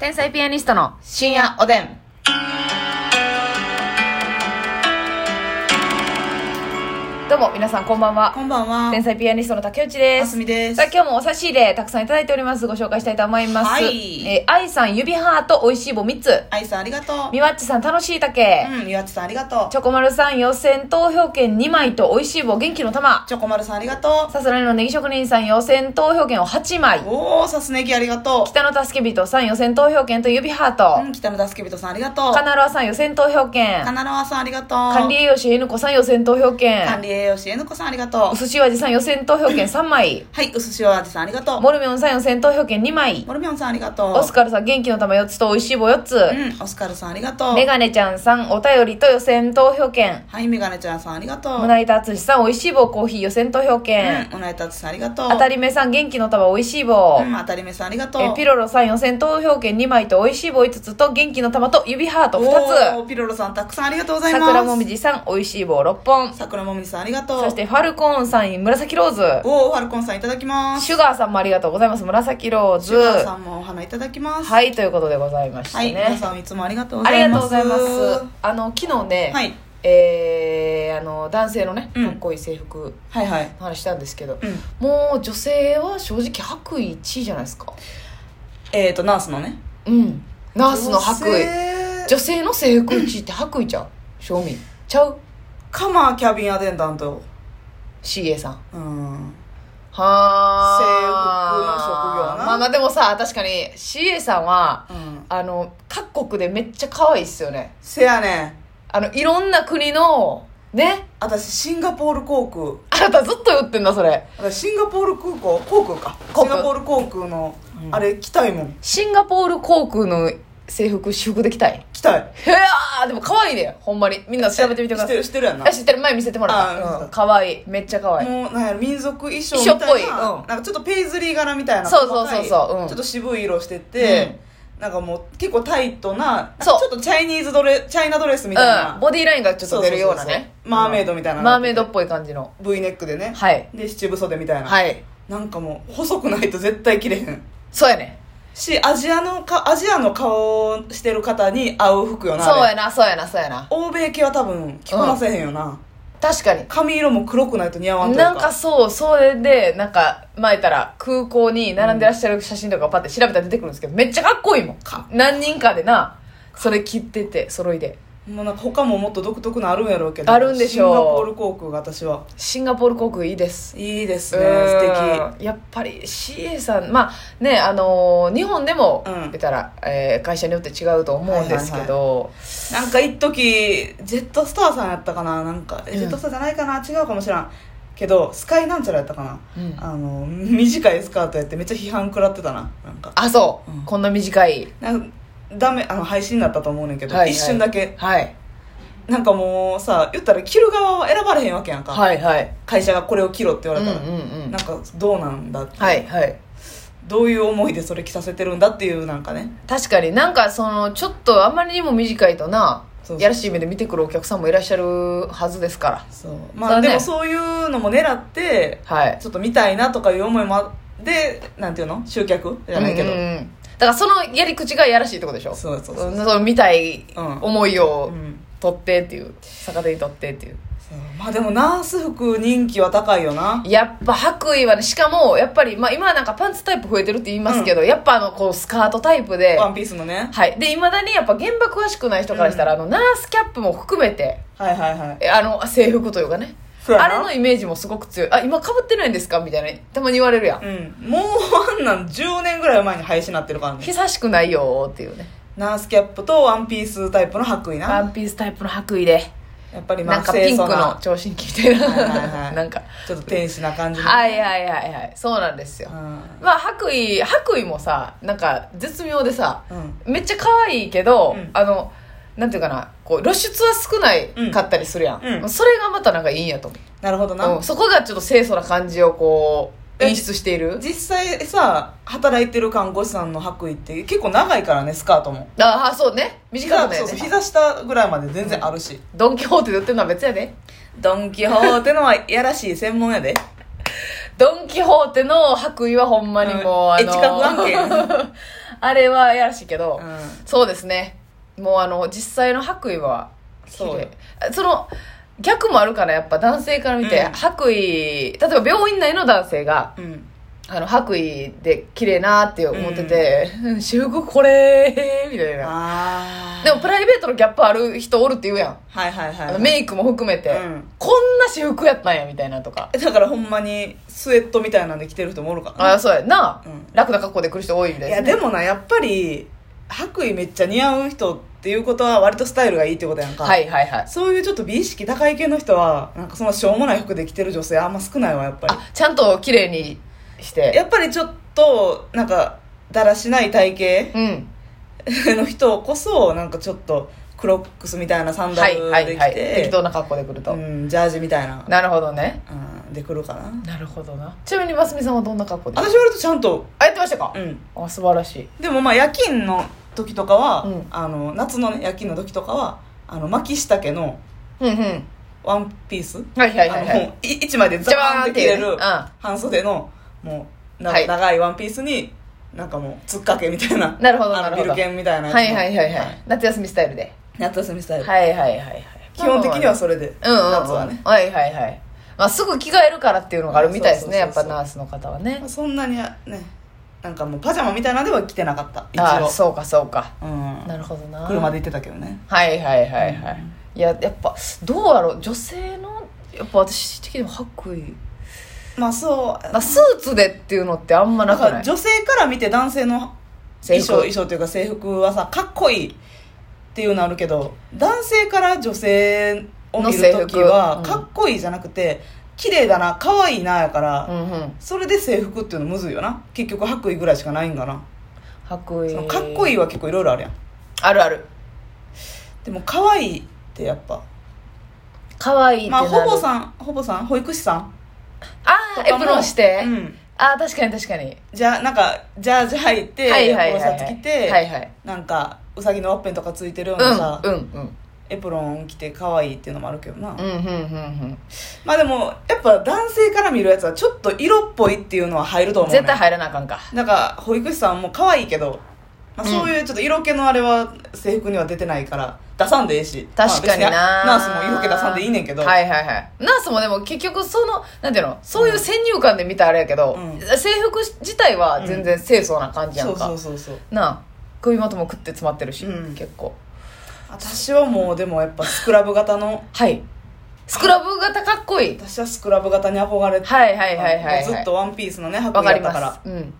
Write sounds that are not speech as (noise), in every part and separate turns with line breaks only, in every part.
天才ピアニストの深夜おでん。どうも皆さんこんばんは。
こんばんは。
天才ピアニストの竹内で
あ
す
す。みです。
さあ今日もお差し入れたくさんいただいております。ご紹介したいと思います。
はい
えー、愛さん指ハート美味しい棒3つ。
アイさんありがとう。
みわっちさん楽しい竹。
うん、岩地さんありがとう。
チョコマルさん予選投票券2枚と美味しい棒元気の玉。
チョコマルさんありがと
さすらいのネギ職人さん予選投票券を8枚
う。。おー、さすねぎありがとう。
北の助け人さん予選投票券と指ハート。
うん、北野助人さんありがとう。
カナロアさん予選投票券。
カナロアさんありがとう。
管理栄養士 N 子さん予選投票
管
券。
理栄養士えぬこさんありがと
お
う。
寿司お味さん予選投票券3枚。
はい、うすしおあじさんありがとう。
モルミョンさん予選投票券2枚。
モルミョンさんありがとう。
オスカルさん元気の玉4つと美味しい棒4つ。
うん、オスカルさんありがとう。
メガネちゃんさんお便りと予選投票券。
はい、メガネちゃんさんありがとう。
胸板淳さん美味しい棒コーヒー予選投票券。
うん、おなえたつさんありがとう。
当たり目さん元気の玉美味しい棒
う。ん、当たりめさんありがとう。
えピロロさん予選投票券2枚と美味しい棒5つと元気の玉と指ハート
お
2
ーピロロさんたくさんありがとうご
つ。
ざいます。
桜もみ。じさん美味しい棒6本。
桜もみじさんありがとう。
そしてファルコーンさん紫ローズ。
おー、ファルコンさんいただきます。
シュガーさんもありがとうございます。紫ローズ。
シュガーさんもお花いただきます。
はい、ということでございまして
はい、
ね。
皆さんいつもありがとうご
あ
ざ
り
い
がと
ま
う
す。
ございます。あの、昨日ね、
はい
えーあの、男性のね、
うん
かっこいい制服
はいはい。
の話したんですけど、
うん。
もう女性は正直白衣1位じゃないですか。
えっ、ー、と、ナースのね。
うん。ナースの白衣。女性
衣
の制服1位って白衣ちゃう正味。ちゃう
カマーキャビンアテンダント。
?CA さん。
うん。
はー
制服の職業な
まあまあでもさ、確かに CA さんは、
うん。
あの、各国でめっちゃ可愛いっすよね。
せやねん。
あの、いろんな国の、ね。
私、シンガポール航空。
あなたずっと言ってんな、それ。
私、シンガポール空港航空か。
航空
シンガポール航空の、
うん
あれ、来たいもん。
シンガポール航空の制服、私服できたい。
来たい。
へやーでも可愛いね。ほんまに。みんな調べてみてくださ
知って
い。
る、知ってるやんな
あ、。知ってる。前見せてもらっ
あ
た。
うん
うん可愛い。めっちゃ可愛い。
もう、なんやろ、民族衣装みたい
衣
な。
装っぽいうん
なんかちょっとペイズリー柄みたいな。
そうそう
細かい
そうそううん
ちょっと渋い色してて、なんかもう、結構タイトな、なんかち
そ
ょ
う
っとチャイニーズドレ、チャイナドレスみたいな。
うん。ボディラインがちょっと出るような
そうそう
ね。
そうマーメイドみたいな
うんマーメイドっぽい感じの。
V ネックでね、
はい。
で七分袖みたいな、
はい。
なんかもう細くないと絶対着れへん
そうやね。
しアジアのかアジアの顔をしてる方に合う服よなあれ
そうやな、そうやな、そうやな。
欧米系は多分着こなせへんよな、
確かに。
髪色も黒くないと似合わんというか
なんかそう、それで、なんか、前言ったら空港に並んでらっしゃる写真とかパッて調べたら出てくるんですけど、めっちゃかっこいいもん。
か
何人かでな、それ切ってて、揃いで。
もうなんか他ももっと独特なあるんやろうけど
あるんでしょう
シンガポール航空が私は
シンガポール航空いいです。
いいです
う
ね素
んやっぱり CA さん、まあね、あのー日本でも、
うん
言ったら、えー会社によって違うと思うんですけど、
敵なんか一時ジェットスターさんやったかななんか、え
うん
ジェットスターじゃないかな違うかもしらんけどスカイなんちゃらやったかな
うん
あの短いスカートやってめっちゃ批判食らってたななんか
あ、そう、
うん
こんな短い。
なんかダメあの配信だったと思うねんけど、
はいはい
一瞬だけ
はい。
なんかもうさ言ったら着る側は選ばれへんわけやんか、
はいはい。
会社がこれを着ろって言
う
わ
ん
れ
うん
たら、
うん
な。んかどうなんだって、
はいはい。
どういう思いでそれ着させてるんだっていうなんかね
確かになんかそのちょっとあまりにも短いとな
そうそう
やらしい目で見てくるお客さんもいらっしゃるはずですから
そうま
そ
あ
うね
でもそういうのも狙って
はい
ちょっと見たいなとかいう思いもあでなんていうの集客じゃないけど、
うんうんうんだからそのやり口がやらしいってことでしょ
そうそううそう、
んその見たい
うん
思いうを
ん
取ってっていう逆手に取ってっていう
そうまあでもナース服人気は高いよな
やっぱ白衣はねしかもやっぱり、まあ、今はなんかパンツタイプ増えてるって言いますけど、やっぱあのこうスカートタイプで
ワンピースのね
はいでいまだにやっぱ現場詳しくない人からしたら、あのナースキャップも含めて
はいはいはい
えあの制服というかね
そうや
あ
な
れのイメージもすごく強いあ今かぶってないんですかみたいなたまに言われるやん、
うん、もうあんなん10年ぐらい前に廃止になってるからね
久しくないよーっていうね
ナースキャップとワンピースタイプの白衣
ワ
な
ンピースタイプの白衣で
やっぱりまあ
なんかピンク
清楚
の
な
聴診器みたい
はいはい
な
はい
(laughs) なんか
ちょっと天使な感じの
はいはいはいはいそうなんですよ、
う
まあ白衣白衣もさなんか絶妙でさ
ん、うん、
めっちゃ可愛いけど、
うん
あのなんていうかなこう露出は少ないかったりするやん、
うんうん
それがまたなんかいいんやと思
なるほどな、
う、うんそこがちょっと清楚な感じをこう演出している
実際さ働いてる看護師さんの白衣って結構長いからねスカートも
ああそうね短くない
そ
よ
うそう
ね
膝下ぐらいまで全然あるし、
ドン・キホーテで売ってるのは別やで
ドン・キホーテのはいやらしい専門やで
ドン・キホーテの白衣はほんまにもう、
うん
あ
エッチ角
の
案件
(laughs) あれはやらしいけど、
う
そうですねもうあの実際の白衣は綺
そう
麗あその逆もあるからやっぱ男性から見て、
うん
白衣例えば病院内の男性が
んうん
あの白衣で綺麗なって思ってて「 (laughs) うん、私服これ」みたいな
ああ
でもプライベートのギャップある人おるって言うやん、
はいはいはい
あ
は
の
い
メイクも含めて、
うん
こんな私服やったんやみたいなとか、
だからほんまにスウェットみたいなんで着てる人もおるから
ああそうやんな、
うん
楽な格好で来る人多いみたい
い
な
やでもなやっぱり白衣めっちゃ似合う人っていうことは割とスタイルがいいってことやんか、
はいはいはい
そういうちょっと美意識高い系の人はなんかそのしょうもない服で着てる女性あんま少ないわやっぱり
あちゃんと綺麗にして
やっぱりちょっとなんかだらしない体
うん
型の人こそなんかちょっとクロックスみたいなサンダ
はい
ル
は
で
いは
着
い適
て
当な格好で来ると、
うんジャージみたいな、
なるほどね
うん、で来るかな
なるほどなちなみにますみさんはどんな格好で
私割とちゃんと
あやってましたか
う、ん
あ素晴らしい
でもまあ夜勤の時とかは、
うん
あの夏の、ね、夜勤の時とかはあの巻き下家の
うんうん
ワンピース、
はいはいはいは
あの
い
もうい一枚でザーンって着れ
ジャ
る
バーンって
半袖のもうな
はい
長いワンピースになんかもうつっかけみたいな
なるほど
あ
な
の
る
ビ
ほど
ルケンみたいなやつの
はいはいはいはい夏休みスタイルで
夏休みスタイル、
はいはいはいはい
基本的にはそれで、
うんうんうん
夏はね、
はいはいはいまあすぐ着替えるからっていうのがあるみたいですね
そ
や
う
っ
そうそ
ぱ
うそう
ナースの方はね
まあそんなにねなんかもうパジャマみたいなのでは着てなかった一
ああ
応
そうかそうか
う、ん、
なるほどな
車で行ってたけどね
はいはいはいはい、いややっぱどうやろう女性のやっぱ私的にも白衣
まあそう
まあスーツでっていうのってあんま
な
なんくない
か女性から見て男性の
制
衣
服
装衣装というか制服はさかっこいいっていうのあるけど男性から女性を
の
見る時は
制服うん
かっこいいじゃなくて綺麗だな可愛いなやから、
うんうん
それで制服っていうのむずいよな結局白衣ぐらいしかないんかな、
白
その
衣
かっこいいは結構いろいろあるやん
あるある
でも可愛いってやっぱ
可愛いって
ま
な
あ
る、
ほぼさんほぼさん保育士さん
あ
と
あ
か
エ
も
プロンして、
うん、
ああ確かに確かに
じゃあなんかジャージ履いて、
はいはいはいは
ポロシャツ
い
着て、
はいはい
なんかうさぎのワッペンとかついてるようなさ、
うんうんうん
エプロン着て可愛いっていうのもあるけどな、
うんうんうん
まあでもやっぱ男性から見るやつはちょっと色っぽいっていうのは入ると
う
思
ん
う、ね、
絶対入らなあかんか
なんか保育士さんも可愛いけど、まあ、そういうちょっと色気のあれは制服には出てないから出さんでええし
確かにな、
まあ別にナースも色気出さんでいいねんけど、
はいはいはいナースもでも結局そのなんていうのそういう先入観で見たあれやけど、
うん
制服自体は全然清楚な感じやん
そう
か、
そうそうそう
なあ首元も食って詰まってるし、
うん
結構
私はもうでもやっぱスクラブ型の
はいスクラブ型かっこいい
私はスクラブ型に憧れて、
はいはいはいはい
もうず
は
っ
い
とワンピースのね白
わか
衣だ
り
ったから
ます、うん、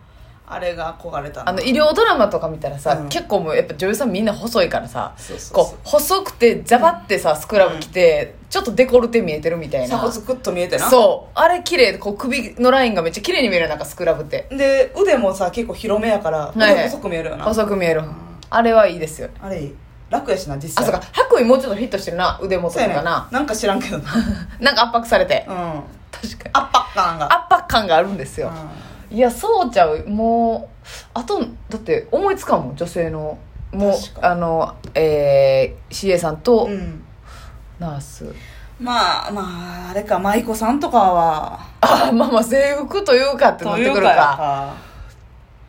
あれが憧れたな
あの医療ドラマとか見たらさ、
うん
結構もうやっぱ女優さんみんな細いからさ
そうそう
こ
そう
う細くてザバってさスクラブ着て、ちょっとデコルテ見えてるみたいな
鎖骨グッと見えてな
そうあれ綺麗でこう首のラインがめっちゃ綺麗に見えるなんかスクラブって
で腕もさ結構広めやから
いはい
腕細く見えるよな、
細く見える、あれはいいですよ
あれ楽やしな実
あ
際
そうか白衣もうちょっとフィットしてるな腕元と
そうやね
かな、
なんか知らんけ
(laughs)
どな
なんか圧迫されて、
うん
確かに
アッパッ感が
圧迫感があるんですよ、いやそうちゃうもうあとだって思いつかんもん女性のもう
確か
あのえー、CA さんと、
うん、うん
ナース
まあまああれか舞妓さんとかは
あまあまあ制服というかってなってくるか
やか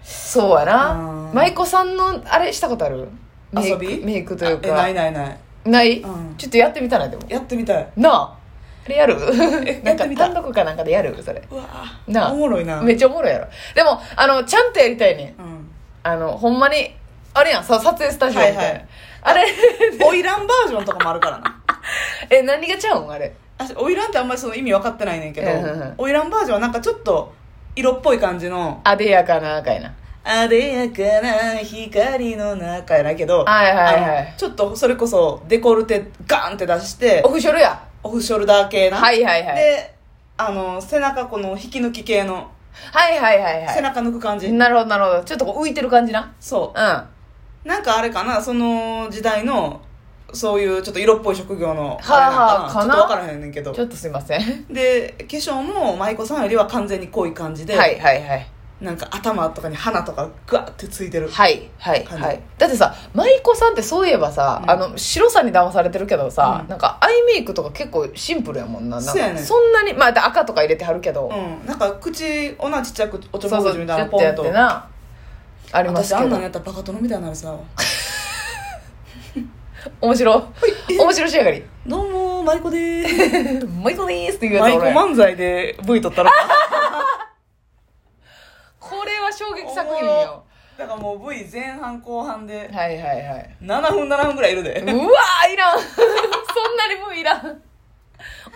そうやな
うん
舞妓さんのあれしたことあるメイク
遊び
メイクという
あえな
か
いないない
ない、
うん
ちょっとやってみたらでも
やってみたい
なああれ
(laughs)
やるなん
やって
か
みた
単独かなんかでやるそれ
うわ
なあ
おもろいな
めっちゃおもろいやろでもあのちゃんとやりたいねん
うん
あのほんまにあれやんさ撮影スタジオみたいな、
はいはい
あれ
花魁バージョンとかもあるからな
(laughs) え何がちゃうんあれ
私花魁ってあんまりその意味分かってないねんけど
うんうんうん
花魁バージョンはなんかちょっと色っぽい感じの
あでやかな赤いな
あでやかな光の中やないけど、
はいはいはい
あのちょっとそれこそデコルテガーンって出して
オフショルや
オフショルダー系な、
はいはいはい
であの背中この引き抜き系の
はいはいはいは
背中抜く感じ、
いなるほどなるほどちょっとこう浮いてる感じな
そ
うん
うなんかあれかなその時代のそういうちょっと色っぽい職業の
はあはあ
あれなんかなちょっと
かな
分からへんねんけど
ちょっとすいません。は
で化粧も舞妓さんよりは完全に濃い感じで、
いはいはい。
なんか頭とかに花とかグワッてついてる
はいはい
感
はい。だってさ、舞妓さんってそういえばさ、
うん
あの、白さに騙されてるけどさ、
うん
なんかアイメイクとか結構シンプルやもんな。なんか
そうやねん
そんなに、まあだって赤とか入れてはるけど、
うん、なんか口おなちっちゃくおちょ
そ
ぼ
うそう、
口み
ち
たい
ょ
な
っ
ポ
とや
ン
っ
と
てな。あります
私
け
あんな
ど
んやったらバカ殿みたいになる
(laughs)
さ
面白面白仕上がり (laughs)
どうもマイコでー
マイコでーすって言う
す
やつ
マイコ
俺
漫才で V 取ったら
これは衝撃作品よ
だからもう V 前半後半で
はいはいはい
7分7分ぐらいいるで
うわーいらんそんなにもういらん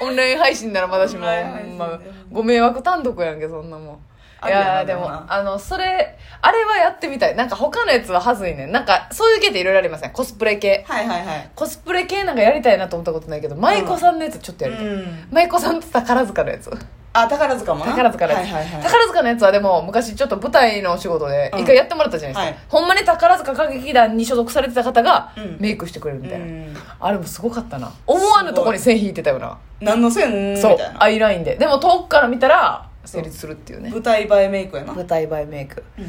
オンライン配信ならまだしも
オンライン配信で
ほんまご迷惑単独やんけそんなもん
あ
い
りやな
やーで
でも
も
な
あのそれあれはやってみたいなんか他のやつははずいねんなんかそういう系っていろいろありませんコスプレ系
はいはいはい
コスプレ系なんかやりたいなと思ったことないけど舞妓さんのやつちょっとやりたい、
うん
舞妓さんと宝塚のやつ
あ宝塚もな
宝塚のやつ、
はいはいはい
宝塚のやつはでも昔ちょっと舞台のお仕事で
うん
一回やってもらったじゃないですか、ほんまに宝塚歌劇団に所属されてた方が
うん
メイクしてくれるみたいな、
うん
あれもすごかったな思わぬとこに線引いてたよな
何の線みた
そう
いな
アイラインででも遠くから見たら成立するっていうね
舞台映えメイクやな、
舞台映えメイク
うん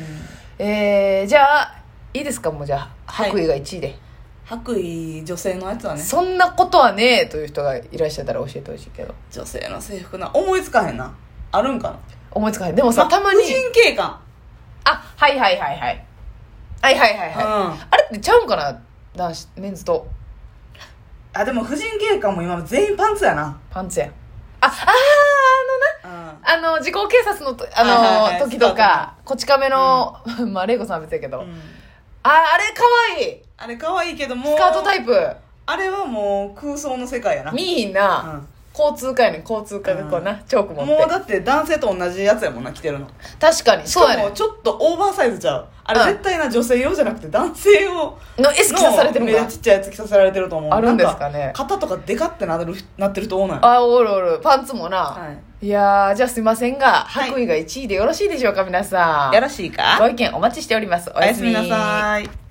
えー、じゃあいいですかもうじゃあ
はい
白衣が1位で、
白衣女性のやつはね
そんなことはねえという人がいらっしゃったら教えてほしいけど
女性の制服な思いつかへんなあるんかな
思いつかないでもさ
あ
たまに
婦人警官
あはいはいはいはいはいはいはいはい、
うん
あれってちゃうんかな男子メンズと
あでも婦人警官も今全員パンツやな
パンツやんああー
うん
あのなあの時効警察のとあの、
はいはいはい
時とかこち亀の、 (laughs) まあ玲子さんは別やけど、
うん
ああれかわいい
あれ可愛いけども
スカートタイプ
あれはもう空想の世界やな
見いひんな、
う
交通課やねん交通課がこうな、チョーク持
ん
っ
もう
て
だって男性と同じやつやもんな着てるの
確かに
し
そう
か
やね
も
ん
ちょっとオーバーサイズちゃうあれ
うん
絶対な女性用じゃなくて男性用
のエスキさされてるん
の
だ
目立ちっちゃいやつ着させられてると思う
あるんですか
な
ね
ん肩とかでかってなるなってると思うのよ
あおるおるパンツもな、
はい
い、やーじゃあすいませんが
はい
白衣が1位でよろしいでしょうか皆さん
やらしいか
ご意見お待ちしておりますお
お
や
や
す
す
み
みなさい